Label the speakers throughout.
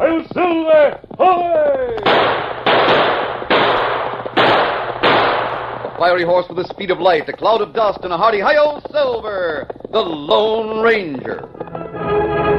Speaker 1: El Silver! Hooray!
Speaker 2: Fiery horse with the speed of light, a cloud of dust, and a hearty hi silver, the Lone Ranger.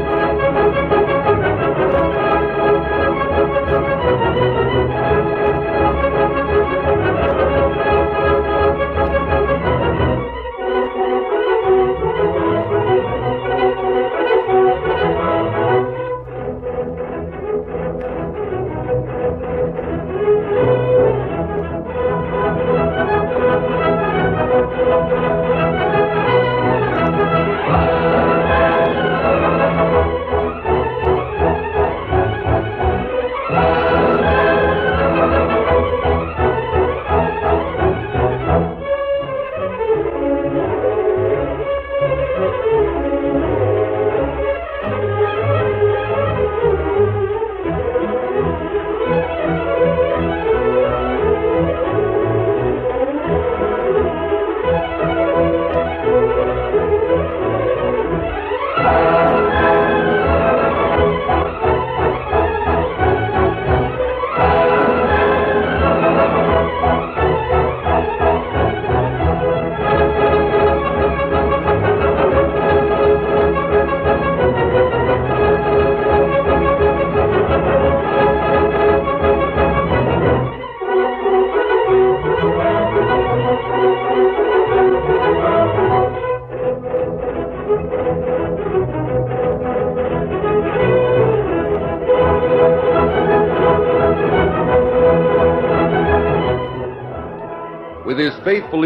Speaker 2: With his faithful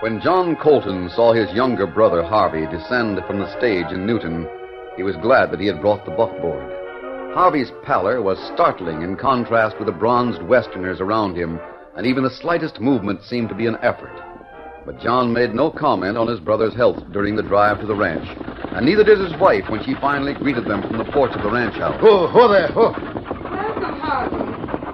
Speaker 2: When John Colton saw his younger brother Harvey descend from the stage in Newton, he was glad that he had brought the buckboard. Harvey's pallor was startling in contrast with the bronzed Westerners around him, and even the slightest movement seemed to be an effort. But John made no comment on his brother's health during the drive to the ranch, and neither did his wife when she finally greeted them from the porch of the ranch house.
Speaker 3: Oh,
Speaker 4: Who, who there? Who?
Speaker 5: Welcome, Harvey.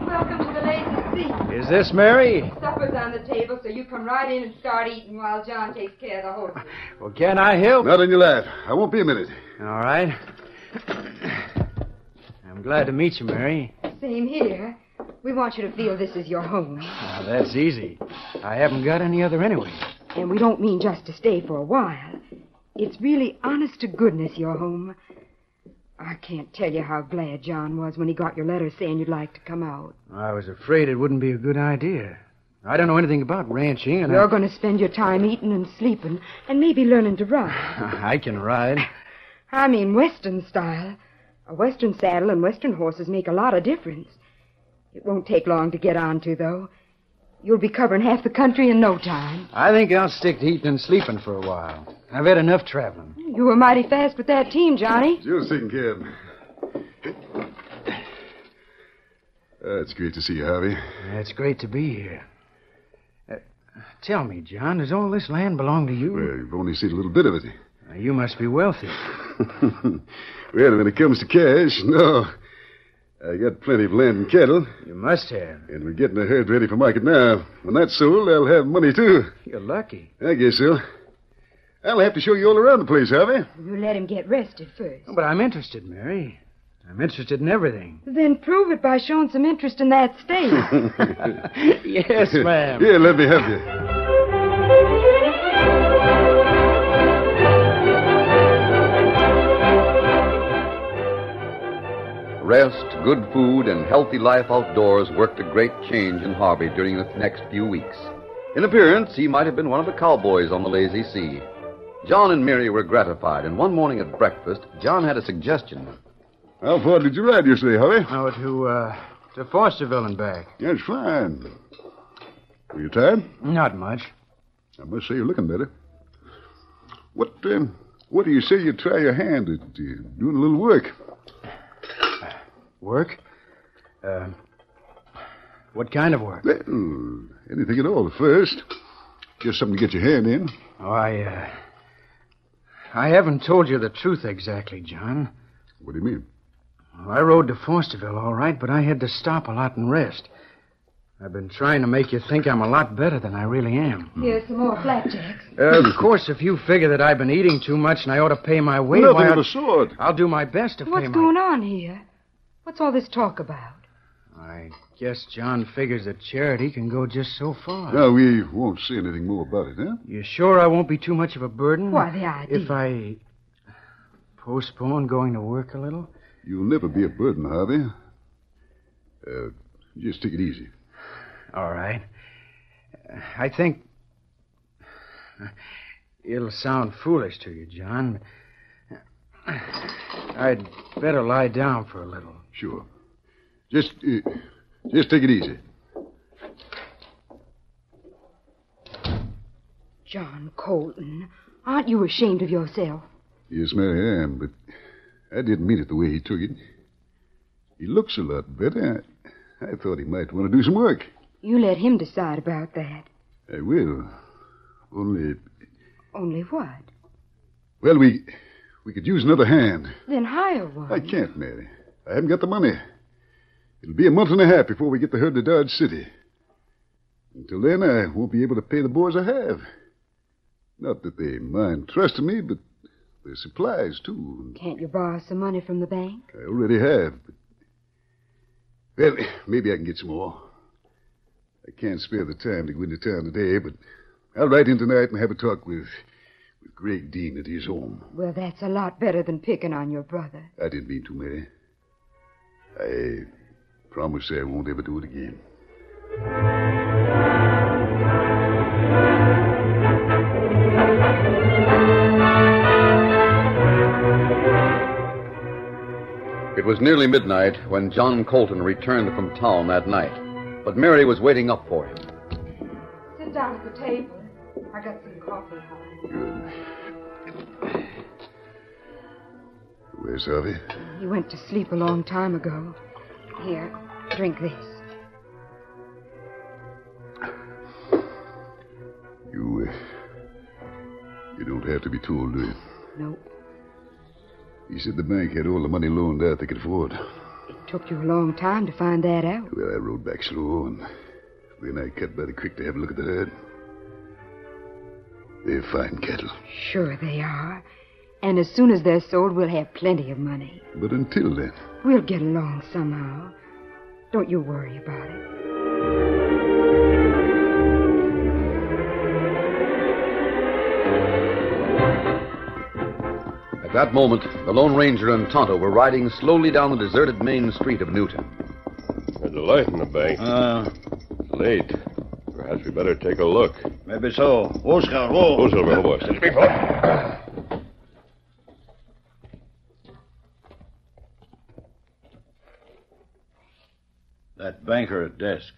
Speaker 5: Welcome to the ladies' seat.
Speaker 4: Is this Mary?
Speaker 5: Supper's on the table, so you come right in and start eating while John takes care of the horses.
Speaker 4: Well, can I help?
Speaker 3: Not in your lap. I won't be a minute.
Speaker 4: All right. I'm glad to meet you, Mary.
Speaker 5: Same here. We want you to feel this is your home.
Speaker 4: Now, that's easy. I haven't got any other anyway.
Speaker 5: And we don't mean just to stay for a while. It's really honest to goodness your home. I can't tell you how glad John was when he got your letter saying you'd like to come out.
Speaker 4: I was afraid it wouldn't be a good idea. I don't know anything about ranching, and
Speaker 5: You're going to spend your time eating and sleeping and maybe learning to ride.
Speaker 4: I, I can ride.
Speaker 5: I mean, Western style. A Western saddle and Western horses make a lot of difference. It won't take long to get on to, though. You'll be covering half the country in no time.
Speaker 4: I think I'll stick to eating and sleeping for a while. I've had enough traveling.
Speaker 5: You were mighty fast with that team, Johnny.
Speaker 3: Just thinking, kid. Uh, it's great to see you, Harvey.
Speaker 4: It's great to be here. Uh, tell me, John, does all this land belong to
Speaker 3: Well,
Speaker 4: you?
Speaker 3: you've only seen a little bit of it.
Speaker 4: Uh, you must be wealthy.
Speaker 3: well, when it comes to cash, no. I got plenty of land and cattle,
Speaker 4: You must have.
Speaker 3: and we're getting the herd ready for market now. When that's sold, I'll have money, too.
Speaker 4: You're lucky.
Speaker 3: I guess so. I'll have to show you all around the place, Harvey.
Speaker 5: You let him get rested first.
Speaker 4: Oh, But I'm interested, Mary. I'm interested in everything.
Speaker 5: Then prove it by showing some interest in that state.
Speaker 4: yes, ma'am.
Speaker 3: Here, let me help you.
Speaker 2: Rest, good food, and healthy life outdoors worked a great change in Harvey during the next few weeks. In appearance, he might have been one of the cowboys on the lazy sea. John and Mary were gratified, and one morning at breakfast, John had a suggestion.
Speaker 3: How far did you ride yesterday, Harvey?
Speaker 4: Oh, to, uh, to Fosterville and back.
Speaker 3: That's fine. Were you tired?
Speaker 4: Not much.
Speaker 3: I must say you're looking better. What, um, what do you say you try your hand at uh, doing a little work?
Speaker 4: Work? Uh, what kind of work?
Speaker 3: Well, anything at all at first. Just something to get your hand in.
Speaker 4: Oh, I, uh, I haven't told you the truth exactly, John.
Speaker 3: What do you mean?
Speaker 4: I rode to Fosterville, all right, but I had to stop a lot and rest. I've been trying to make you think I'm a lot better than I really am.
Speaker 5: Here's some more flapjacks.
Speaker 4: Uh, of course, if you figure that I've been eating too much and I ought to pay my way,
Speaker 3: Nothing
Speaker 4: why,
Speaker 3: of
Speaker 4: I'll,
Speaker 3: the sort.
Speaker 4: I'll do my best to
Speaker 5: What's
Speaker 4: pay my...
Speaker 5: going on here? What's all this talk about?
Speaker 4: I guess John figures that charity can go just so far.
Speaker 3: Now, we won't say anything more about it, huh?
Speaker 4: You sure I won't be too much of a burden?
Speaker 5: Why, the idea.
Speaker 4: Hmm. If I postpone going to work a little?
Speaker 3: You'll never be a burden, Harvey. Uh, just take it easy.
Speaker 4: All right. I think. It'll sound foolish to you, John. I'd better lie down for a little.
Speaker 3: Sure. Just, uh, just take it easy.
Speaker 5: John Colton, aren't you ashamed of yourself?
Speaker 3: Yes, Mary, I am, but I didn't mean it the way he took it. He looks a lot better. I, I thought he might want to do some work.
Speaker 5: You let him decide about that.
Speaker 3: I will. Only,
Speaker 5: Only what?
Speaker 3: well, we, we could use another hand.
Speaker 5: Then hire one.
Speaker 3: I can't, Mary. I haven't got the money. It'll be a month and a half before we get the herd to Dodge City. Until then, I won't be able to pay the boys I have. Not that they mind trusting me, but their supplies, too, and
Speaker 5: Can't you borrow some money from the bank?
Speaker 3: I already have. But... Well, maybe I can get some more. I can't spare the time to go into town today, but I'll write in tonight and have a talk with, with Greg Dean at his home.
Speaker 5: Well, that's a lot better than picking on your brother.
Speaker 3: I didn't mean to, Mary. I promise I won't ever do it again.
Speaker 2: It was nearly midnight when John Colton returned from town that night, but Mary was waiting up for him.
Speaker 5: Sit down at the table. I got some coffee. Hon.
Speaker 3: Good. Where's Harvey?
Speaker 5: He went to sleep a long time ago. Here, drink this.
Speaker 3: You, uh, you don't have to be told, do you?
Speaker 5: Nope.
Speaker 3: He said the bank had all the money loaned out they could afford.
Speaker 5: It took you a long time to find that out.
Speaker 3: Well, I rode back slow, and then I cut by the creek to have a look at the herd. They're fine cattle.
Speaker 5: Sure they are. And as soon as they're sold, we'll have plenty of money.
Speaker 3: But until then,
Speaker 5: We'll get along somehow. Don't you worry about it.
Speaker 2: At that moment, the Lone Ranger and Tonto were riding slowly down the deserted main street of Newton.
Speaker 1: There's a light in the bank.
Speaker 6: Uh,
Speaker 1: It's late. Perhaps we better take a look.
Speaker 6: maybe so. Oscar, oh.
Speaker 1: Oh, Silver, help us.
Speaker 6: That banker at desk.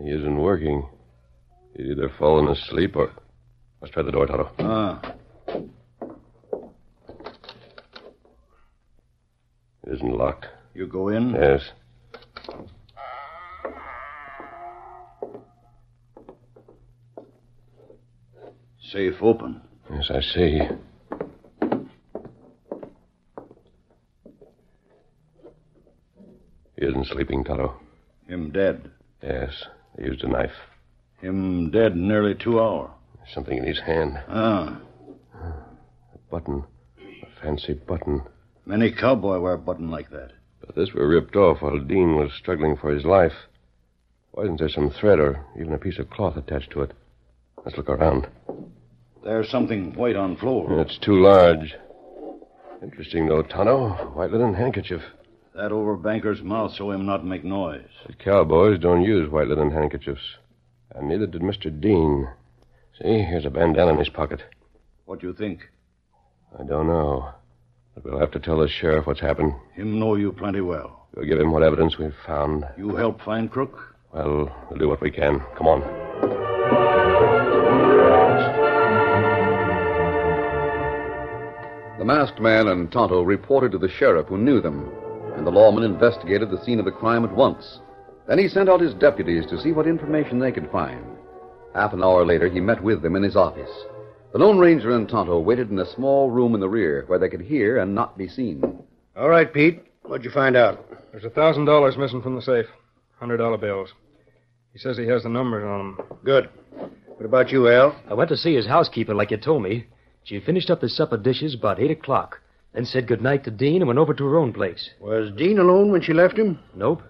Speaker 1: He isn't working. He's either fallen asleep or. Let's try the door, Tonto.
Speaker 6: Ah,
Speaker 1: It isn't locked.
Speaker 6: you go in?
Speaker 1: Yes.
Speaker 6: Safe open.
Speaker 1: Yes, I see. He isn't sleeping, Tonto.
Speaker 6: Him dead.
Speaker 1: Yes, they used a knife.
Speaker 6: Him dead nearly two hour.
Speaker 1: There's something in his hand.
Speaker 6: Ah,
Speaker 1: A button. A fancy button.
Speaker 6: many cowboy wear button like that.
Speaker 1: But this were ripped off while Dean was struggling for his life. Why isn't there some thread or even a piece of cloth attached to it? Let's look around.
Speaker 6: There's something white on floor.
Speaker 1: It's too large. Interesting, though, Tonto. White linen handkerchief.
Speaker 6: That over banker's mouth so him not make noise.
Speaker 1: The cowboys don't use white linen handkerchiefs, and neither did Mr. Dean. See, here's a bandana in his pocket.
Speaker 6: What you think?
Speaker 1: I don't know. But we'll have to tell the sheriff what's happened.
Speaker 6: Him know you plenty well.
Speaker 1: We'll give him what evidence we've found.
Speaker 6: You help find crook?
Speaker 1: Well, we'll do what we can. Come on.
Speaker 2: The masked man and Tonto reported to the sheriff who knew them, and the lawman investigated the scene of the crime at once. Then he sent out his deputies to see what information they could find. Half an hour later, he met with them in his office. The Lone Ranger and Tonto waited in a small room in the rear where they could hear and not be seen.
Speaker 4: All right, Pete. What'd you find out?
Speaker 7: There's a thousand dollars missing from the safe. Hundred dollar bills. He says he has the numbers on them.
Speaker 4: Good. What about you, Al?
Speaker 8: I went to see his housekeeper, like you told me. She had finished up the supper dishes about 8 o'clock, then said good night to Dean and went over to her own place.
Speaker 4: Was Dean alone when she left him?
Speaker 8: Nope.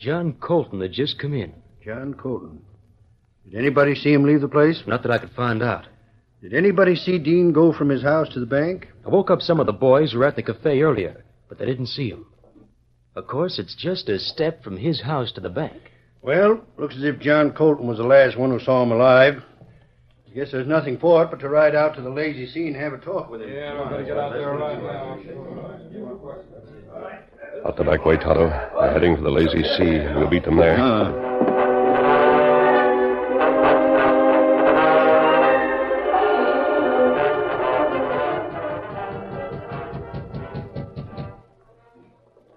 Speaker 8: John Colton had just come in.
Speaker 4: John Colton. Did anybody see him leave the place?
Speaker 8: Not that I could find out.
Speaker 4: Did anybody see Dean go from his house to the bank?
Speaker 8: I woke up some of the boys who were at the cafe earlier, but they didn't see him. Of course, it's just a step from his house to the bank.
Speaker 4: Well, looks as if John Colton was the last one who saw him alive. I guess there's nothing for it but to ride out to the lazy sea and have a talk with him. Yeah, I'm going to get out there right
Speaker 1: Out the back way, Tonto. They're heading for the lazy sea, and we'll beat them there.
Speaker 6: Ah,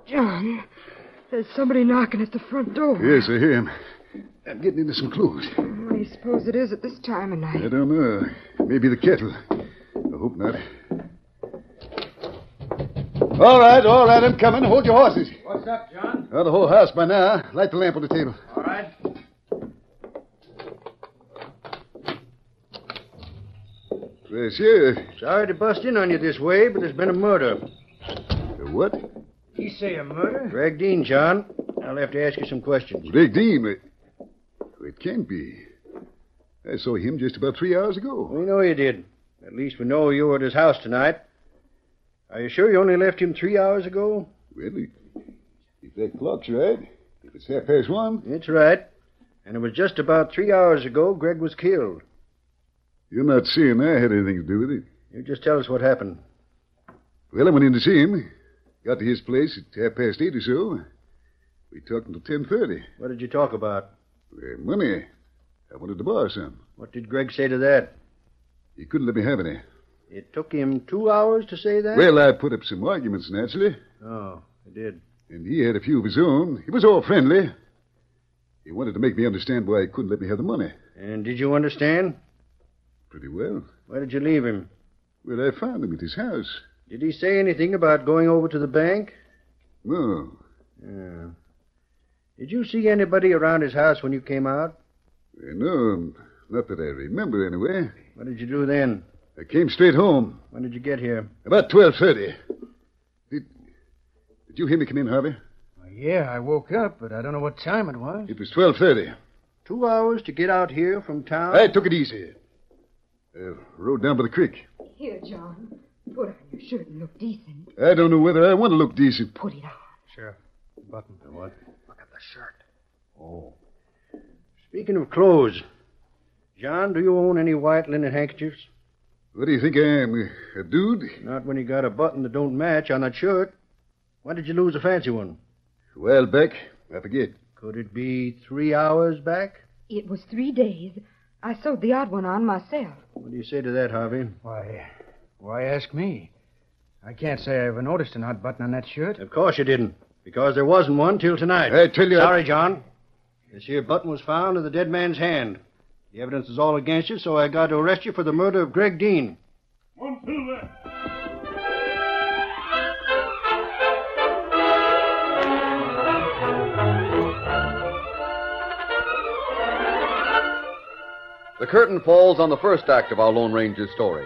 Speaker 5: John, there's somebody knocking at the front door.
Speaker 3: Yes, I hear him. I'm getting into some clues.
Speaker 5: What do you suppose it is at this time of night?
Speaker 3: I don't know. Maybe the kettle. I hope not. All right, all right, I'm coming. Hold your horses.
Speaker 4: What's up, John?
Speaker 3: Out the whole house by now. Light the lamp on the table.
Speaker 4: All right.
Speaker 3: Well, Sheriff.
Speaker 4: Sorry to bust in on you this way, but there's been a murder.
Speaker 3: What?
Speaker 4: He say a murder? Greg Dean, John. I'll have to ask you some questions.
Speaker 3: Greg Dean. uh, It can't be. I saw him just about three hours ago.
Speaker 4: We know you did. At least we know you were at his house tonight. Are you sure you only left him three hours ago?
Speaker 3: Well, if- if that clock's right, if it's half past one,
Speaker 4: That's right. And it was just about three hours ago Greg was killed.
Speaker 3: you're not saying I had anything to do with it.
Speaker 4: You just tell us what happened.
Speaker 3: Well, I went in to see him. Got to his place at half past eight or so. We talked until ten thirty.
Speaker 4: What did you talk about?
Speaker 3: Uh, money. I wanted to borrow some.
Speaker 4: What did Greg say to that?
Speaker 3: He couldn't let me have any.
Speaker 4: It took him two hours to say that?
Speaker 3: Well, I put up some arguments, naturally,
Speaker 4: Oh, it did.
Speaker 3: and he had a few of his own. He was all friendly. He wanted to make me understand why he couldn't let me have the money.
Speaker 4: And did you understand?
Speaker 3: Pretty well.
Speaker 4: Where did you leave him?
Speaker 3: Well, I found him at his house.
Speaker 4: Did he say anything about going over to the bank?
Speaker 3: No.
Speaker 4: Yeah. Did you see anybody around his house when you came out?
Speaker 3: Uh, No, not that I remember, anyway.
Speaker 4: What did you do then?
Speaker 3: I came straight home,
Speaker 4: When did you get here?
Speaker 3: about 12.30. Did, did you hear me come in, Harvey?
Speaker 4: Yeah, I woke up, but I don't know what time it was.
Speaker 3: It was 12.30.
Speaker 4: Two hours to get out here from town?
Speaker 3: I took it easy. Uh, rode down by the creek.
Speaker 5: Here, John. Put on your shirt and look decent.
Speaker 3: I don't know whether I want to look decent.
Speaker 5: Put it on.
Speaker 7: Sheriff, button. What?
Speaker 4: Oh. Speaking of clothes, John, do you own any white linen handkerchiefs?
Speaker 3: What do you think I am, a dude?
Speaker 4: Not when you got a button that don't match on that shirt. Why did you lose a fancy one?
Speaker 3: A while back, I forget.
Speaker 4: Could it be three hours back?
Speaker 5: It was three days. I sewed the odd one on myself.
Speaker 4: What do you say to that, Harvey?
Speaker 9: Why, why ask me? I can't say I ever noticed an odd button on that shirt.
Speaker 4: Of course you didn't, because there wasn't one till tonight.
Speaker 3: I tell you, I-
Speaker 4: Sorry, John. This here button was found in the dead man's hand. The evidence is all against you, so I got to arrest you for the murder of Greg Dean.
Speaker 2: The curtain falls on the first act of our Lone Ranger's story.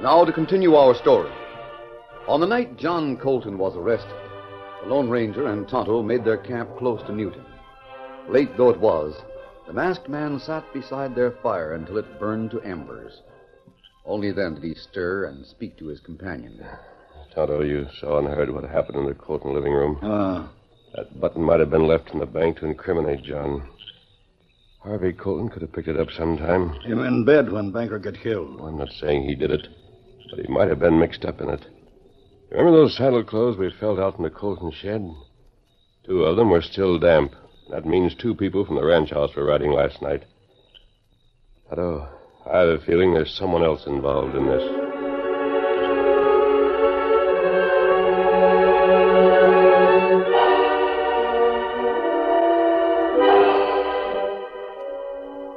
Speaker 2: Now to continue our story. On the night John Colton was arrested, the Lone Ranger and Tonto made their camp close to Newton. Late though it was, the masked man sat beside their fire until it burned to embers. Only then did he stir and speak to his companion.
Speaker 1: Tonto, you saw and heard what happened in the Colton living room.
Speaker 6: Ah.
Speaker 1: That button might have been left in the bank to incriminate John. Harvey Colton could have picked it up sometime.
Speaker 6: Him in bed when Banker got killed.
Speaker 1: I'm not saying he did it, but he might have been mixed up in it. Remember those saddle clothes we felt out in the Colton shed? Two of them were still damp. That means two people from the ranch house were riding last night. Otto, I have a feeling there's someone else involved in this.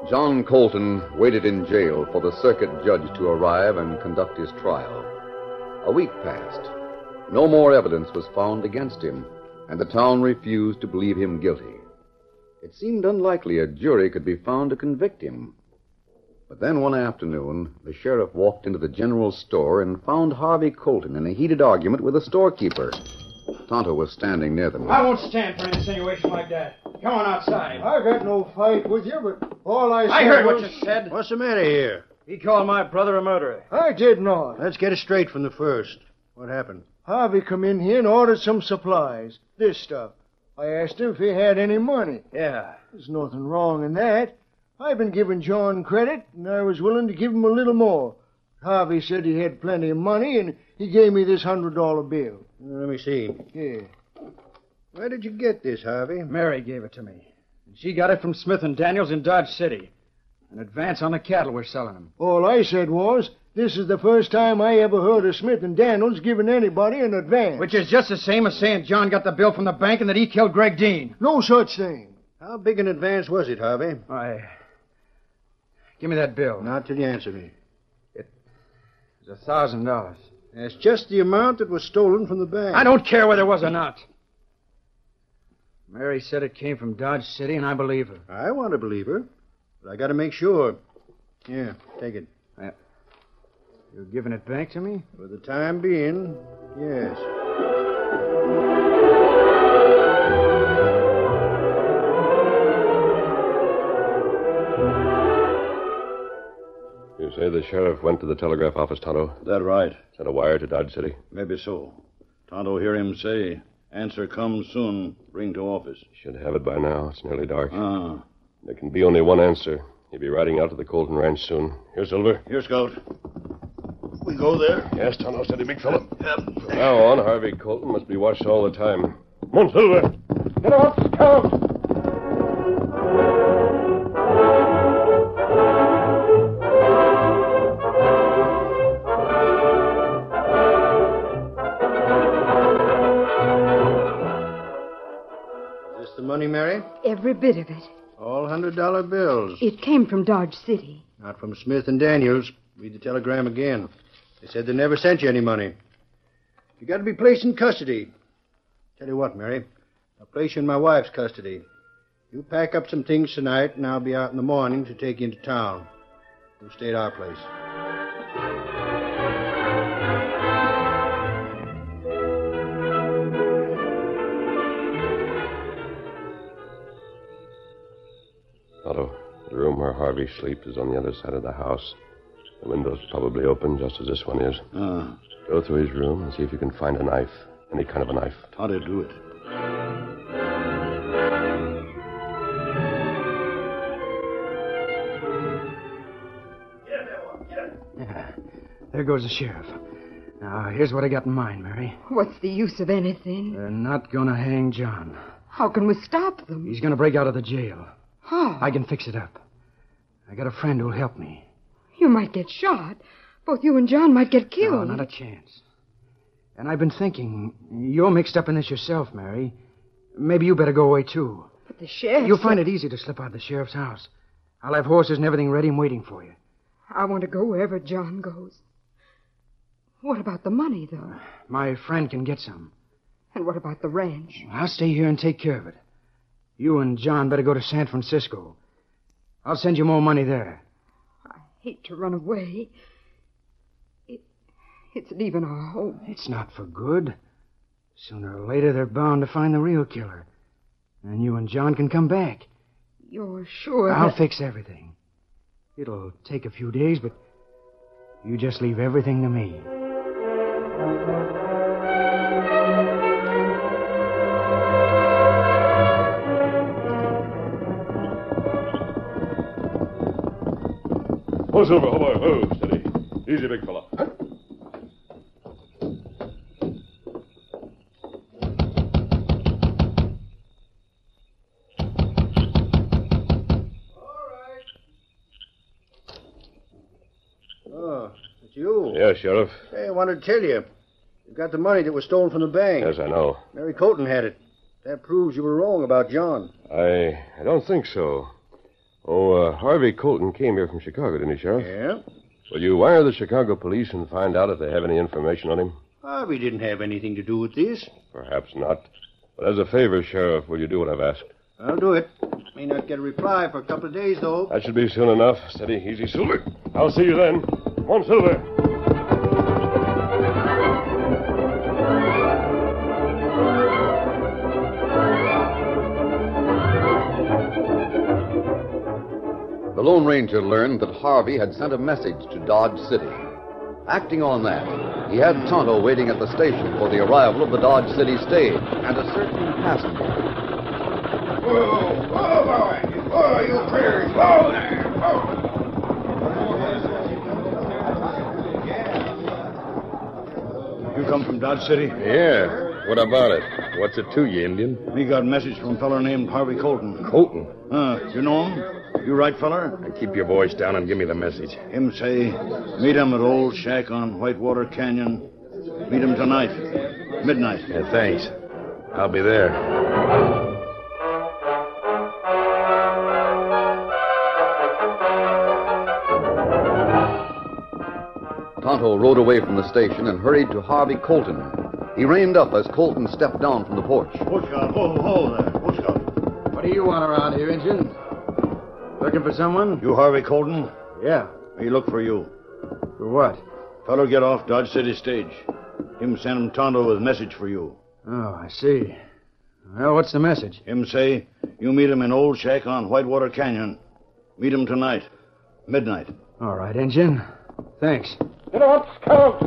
Speaker 2: John Colton waited in jail for the circuit judge to arrive and conduct his trial. A week passed. No more evidence was found against him, and the town refused to believe him guilty. It seemed unlikely a jury could be found to convict him. But then one afternoon, the sheriff walked into the general store and found Harvey Colton in a heated argument with a storekeeper. Tonto was standing near them.
Speaker 4: I won't stand for an insinuation like that. Come on outside.
Speaker 9: I got no fight with you, but all I said
Speaker 4: I heard what
Speaker 9: was-
Speaker 4: you said.
Speaker 6: What's the matter here?
Speaker 4: He called my brother a murderer.
Speaker 9: I did not.
Speaker 6: Let's get it straight from the first. What happened?
Speaker 9: Harvey come in here and ordered some supplies. This stuff. I asked him if he had any money.
Speaker 4: Yeah.
Speaker 9: There's nothing wrong in that. I've been giving John credit, and I was willing to give him a little more. Harvey said he had plenty of money, and he gave me this hundred dollar bill.
Speaker 4: Let me see.
Speaker 9: Here.
Speaker 4: Where did you get this, Harvey?
Speaker 10: Mary gave it to me. And she got it from Smith and Daniels in Dodge City. An advance on the cattle we're selling them.
Speaker 9: All I said was, this is the first time I ever heard of Smith and Daniels giving anybody an advance.
Speaker 10: Which is just the same as saying John got the bill from the bank and that he killed Greg Dean.
Speaker 9: No such thing.
Speaker 4: How big an advance was it, Harvey?
Speaker 10: I. Give me that bill.
Speaker 4: Not till you answer me.
Speaker 10: It's a thousand dollars.
Speaker 4: That's just the amount that was stolen from the bank.
Speaker 10: I don't care whether it was or not. Mary said it came from Dodge City, and I believe her.
Speaker 4: I want to believe her, but I got to make sure. Here, take it.
Speaker 10: You're giving it back to me?
Speaker 4: For the time being, yes.
Speaker 1: You say the sheriff went to the telegraph office, Tonto,
Speaker 6: That right.
Speaker 1: sent a wire to Dodge City.
Speaker 6: Maybe so. Tonto hear him say, answer come soon, bring to office.
Speaker 1: Should have it by now. It's nearly dark.
Speaker 6: Ah,
Speaker 1: There can be only one answer. He'll be riding out to the Colton Ranch soon. Here, Silver.
Speaker 6: here, Scout. We go there? Uh,
Speaker 1: Yes, Tonto, steady, big fellow. From now on, Harvey Colton must be watched all the time. Come on, Silver. Get out, Scout.
Speaker 4: Is this the money, Mary?
Speaker 5: Every bit of it.
Speaker 4: All $100 bills.
Speaker 5: It came from Dodge City.
Speaker 4: Not from Smith and Daniels. Read the telegram again. They said they never sent you any money. You got to be placed in custody. Tell you what, Mary, I'll place you in my wife's custody. You pack up some things tonight, and I'll be out in the morning to take you into town. You stay at our place.
Speaker 1: Tonto, the room where Harvey sleeps is on the other side of the house. The window's probably open, just as this one is.
Speaker 6: Ah,
Speaker 1: Go through his room and see if you can find a knife. Any kind of a knife.
Speaker 6: Tonto do it.
Speaker 10: There goes the sheriff. Now, here's what I got in mind, Mary.
Speaker 5: What's the use of anything?
Speaker 10: They're not going to hang John.
Speaker 5: How can we stop them?
Speaker 10: He's going to break out of the jail.
Speaker 5: How?
Speaker 10: I can fix it up. I got a friend who'll help me.
Speaker 5: You might get shot. Both you and John might get
Speaker 10: No,
Speaker 5: killed.
Speaker 10: not a chance. And I've been thinking, you're mixed up in this yourself, Mary. Maybe you better go away, too.
Speaker 5: But the sheriff.
Speaker 10: You'll find it easy to slip out of the sheriff's house. I'll have horses and everything ready and waiting for you.
Speaker 5: I want to go wherever John goes. What about the money, though?
Speaker 10: My friend can get some.
Speaker 5: And what about the ranch?
Speaker 10: I'll stay here and take care of it. You and John better go to San Francisco. I'll send you more money there.
Speaker 5: Hate to run away. It, It's leaving our home.
Speaker 8: It's not for good. Sooner or later, they're bound to find the real killer. And you and John can come back.
Speaker 5: You're sure
Speaker 8: I'll
Speaker 5: that-
Speaker 8: fix everything. It'll take a few days, but you just leave everything to me.
Speaker 1: Oh, Silver, oh, boy, oh, steady. Easy, big fella.
Speaker 11: Oh, it's you.
Speaker 1: Yeah, Sheriff.
Speaker 11: Hey, I wanted to tell you. You got the money that was stolen from the bank.
Speaker 1: Yes, I know.
Speaker 11: Mary Colton had it. That proves you were wrong about John.
Speaker 1: I, I don't think so. Oh, uh, Harvey Colton came here from Chicago, didn't he, Sheriff?
Speaker 11: Yeah?
Speaker 1: Will you wire the Chicago police and find out if they have any information on him?
Speaker 11: Harvey didn't have anything to do with this.
Speaker 1: Perhaps not. But as a favor, Sheriff, will you do what I've asked?
Speaker 11: I'll do it. May not get a reply for a couple of days, though.
Speaker 1: That should be soon enough. Steady, easy, Silver. I'll see you then. Come on, Silver.
Speaker 2: The Lone Ranger learned that Harvey had sent a message to Dodge City. Acting on that, he had Tonto waiting at the station for the arrival of the Dodge City stage and a certain passenger.
Speaker 3: Oh, you critters! Whoa there!
Speaker 4: You come from Dodge City?
Speaker 12: Yeah. What about it? What's it to you, Indian?
Speaker 4: We got a message from a feller named Harvey Colton.
Speaker 12: Colton?
Speaker 4: Uh, you know him? You right, feller?
Speaker 12: And keep your voice down and give me the message.
Speaker 4: Him say, meet him at old shack on Whitewater Canyon. Meet him tonight, midnight.
Speaker 12: Yeah, thanks. I'll be there.
Speaker 2: Tonto rode away from the station and hurried to Harvey Colton. He reined up as Colton stepped down from the porch.
Speaker 13: Ho, ho there. What's up?
Speaker 8: What do you want around here, Injun? Looking for someone?
Speaker 4: You Harvey Colton?
Speaker 8: Yeah.
Speaker 4: We look for you.
Speaker 8: For what?
Speaker 4: Feller get off Dodge City stage. Him send him Tonto with message for you.
Speaker 8: Oh, I see. Well, what's the message?
Speaker 4: Him say, you meet him in old shack on Whitewater Canyon. Meet him tonight, midnight.
Speaker 8: All right, Injun. Thanks.
Speaker 4: Get up, scout!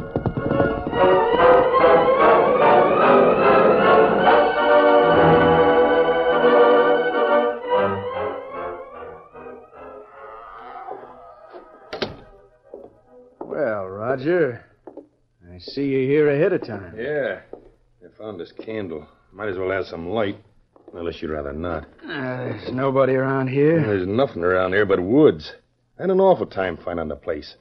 Speaker 8: Well, Roger, I see you here ahead of time.
Speaker 12: Yeah. I found this candle. Might as well have some light. Unless you'd rather not.
Speaker 8: Uh, there's nobody around here.
Speaker 12: There's nothing around here but woods. I had an awful time finding the place.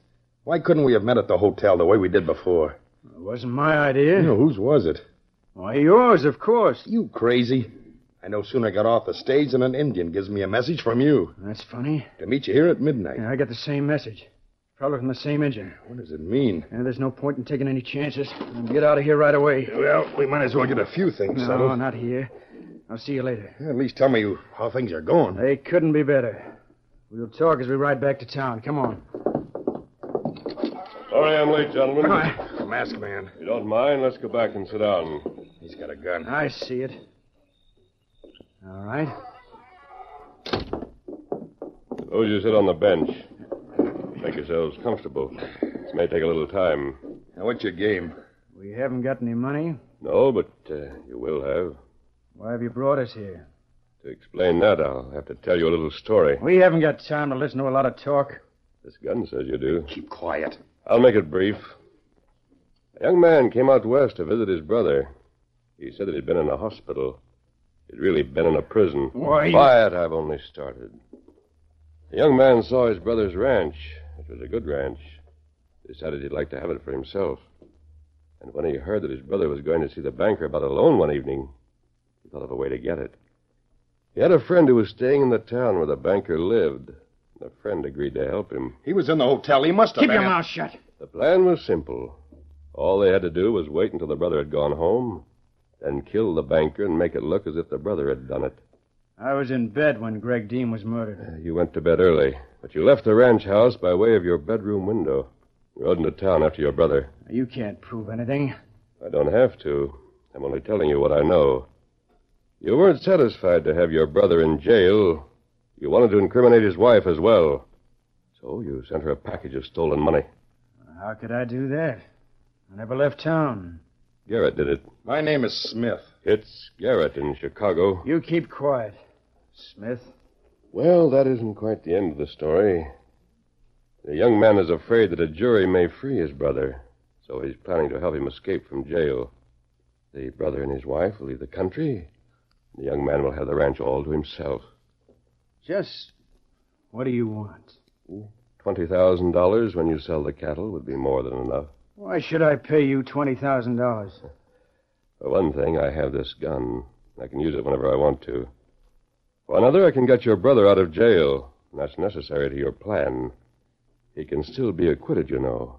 Speaker 12: Why couldn't we have met at the hotel the way we did before?
Speaker 8: It wasn't my idea.
Speaker 12: No, whose was it?
Speaker 8: Why, yours, of course.
Speaker 12: You crazy. I no sooner got off the stage than an Indian gives me a message from you
Speaker 8: That's funny.
Speaker 12: to meet you here at midnight.
Speaker 8: Yeah, I got the same message. Probably from the same engine.
Speaker 12: What does it mean?
Speaker 8: Yeah, there's no point in taking any chances. Get out of here right away.
Speaker 12: Well, we might as well get a few things
Speaker 8: No,
Speaker 12: settled.
Speaker 8: not here. I'll see you later.
Speaker 12: At least tell me how things are going.
Speaker 8: They couldn't be better. We'll talk as we ride back to town. Come on.
Speaker 1: Sorry I'm late, gentlemen.
Speaker 12: Mask man.
Speaker 1: If you don't mind, let's go back and sit down.
Speaker 12: He's got a gun.
Speaker 8: I see it. All right.
Speaker 1: Suppose you sit on the bench. Make yourselves comfortable. This may take a little time.
Speaker 12: Now, what's your game?
Speaker 8: We haven't got any money.
Speaker 1: No, but uh, you will have.
Speaker 8: Why have you brought us here?
Speaker 1: To explain that, I'll have to tell you a little story.
Speaker 8: We haven't got time to listen to a lot of talk.
Speaker 1: This gun says you do.
Speaker 12: Keep quiet.
Speaker 1: I'll make it brief. A young man came out west to visit his brother. He said that he'd been in a hospital. He'd really been in a prison.
Speaker 8: Why, you-
Speaker 1: Quiet, I've only started. The young man saw his brother's ranch. It was a good ranch. Decided he'd like to have it for himself. And when he heard that his brother was going to see the banker about a loan one evening, he thought of a way to get it. He had a friend who was staying in the town where the banker lived. The friend agreed to help him.
Speaker 12: He was in the hotel. He must have
Speaker 8: Keep
Speaker 12: been
Speaker 8: your
Speaker 12: in-
Speaker 8: mouth shut.
Speaker 1: The plan was simple. All they had to do was wait until the brother had gone home, then kill the banker and make it look as if the brother had done it.
Speaker 8: I was in bed when Greg Dean was murdered.
Speaker 1: You went to bed early, but you left the ranch house by way of your bedroom window. Rode into town after your brother.
Speaker 3: You can't prove anything.
Speaker 1: I don't have to. I'm only telling you what I know. You weren't satisfied to have your brother in jail. You wanted to incriminate his wife as well. So you sent her a package of stolen money.
Speaker 3: How could I do that? I never left town.
Speaker 1: Garrett did it. My name is Smith. It's Garrett in Chicago.
Speaker 3: You keep quiet, Smith.
Speaker 1: Well, that isn't quite the end of the story. The young man is afraid that a jury may free his brother, so he's planning to help him escape from jail. The brother and his wife will leave the country. The young man will have the ranch all to himself.
Speaker 3: Just what do you want?
Speaker 1: $20,000 when you sell the cattle would be more than enough.
Speaker 3: Why should I pay you $20,000?
Speaker 1: For one thing, I have this gun. I can use it whenever I want to. For another, I can get your brother out of jail. and That's necessary to your plan. He can still be acquitted, you know.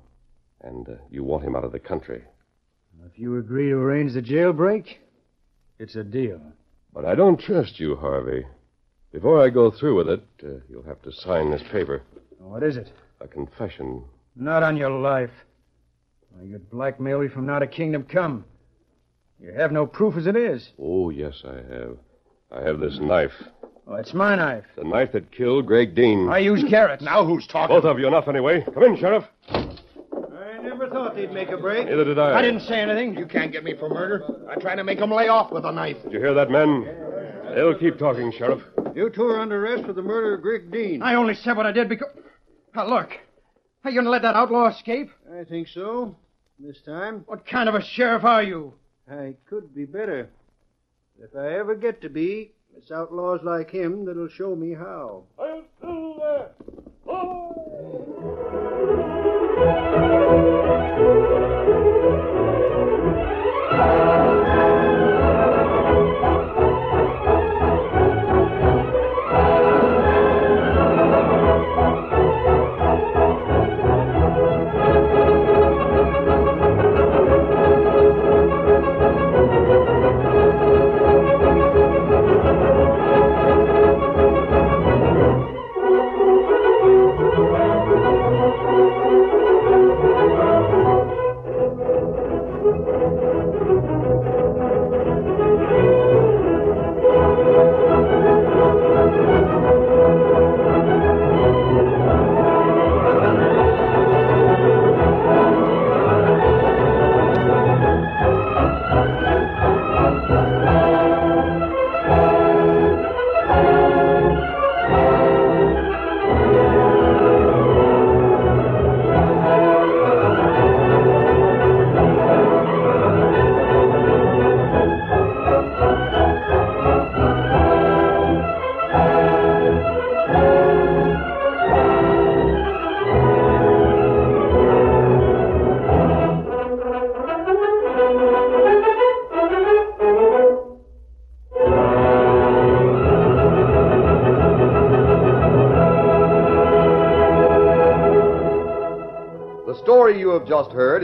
Speaker 1: And uh, you want him out of the country.
Speaker 3: If you agree to arrange the jailbreak, it's a deal.
Speaker 1: But I don't trust you, Harvey. Before I go through with it, uh, you'll have to sign this paper.
Speaker 3: What is it?
Speaker 1: A confession.
Speaker 3: Not on your life. Why, you'd blackmail me from not a kingdom come. You have no proof as it is.
Speaker 1: Oh, yes, I have. I have this knife.
Speaker 3: Oh, it's my knife.
Speaker 1: The knife that killed Greg Dean.
Speaker 3: I use carrots.
Speaker 1: Now who's talking? Both of you enough, anyway. Come in, Sheriff.
Speaker 4: I never thought they'd make a break.
Speaker 1: Neither did I.
Speaker 4: I didn't say anything.
Speaker 8: You can't get me for murder. I try to make 'em lay off with a knife.
Speaker 1: Did you hear that, men? They'll keep talking, Sheriff.
Speaker 4: You two are under arrest for the murder of Greg Dean.
Speaker 8: I only said what I did because.
Speaker 4: Now, look. Are you going to let that outlaw escape? I think so. This time. What
Speaker 8: kind of a sheriff are you?
Speaker 4: I could be better. If I ever get to be, it's outlaws like him that'll show me how.
Speaker 2: The story you have just heard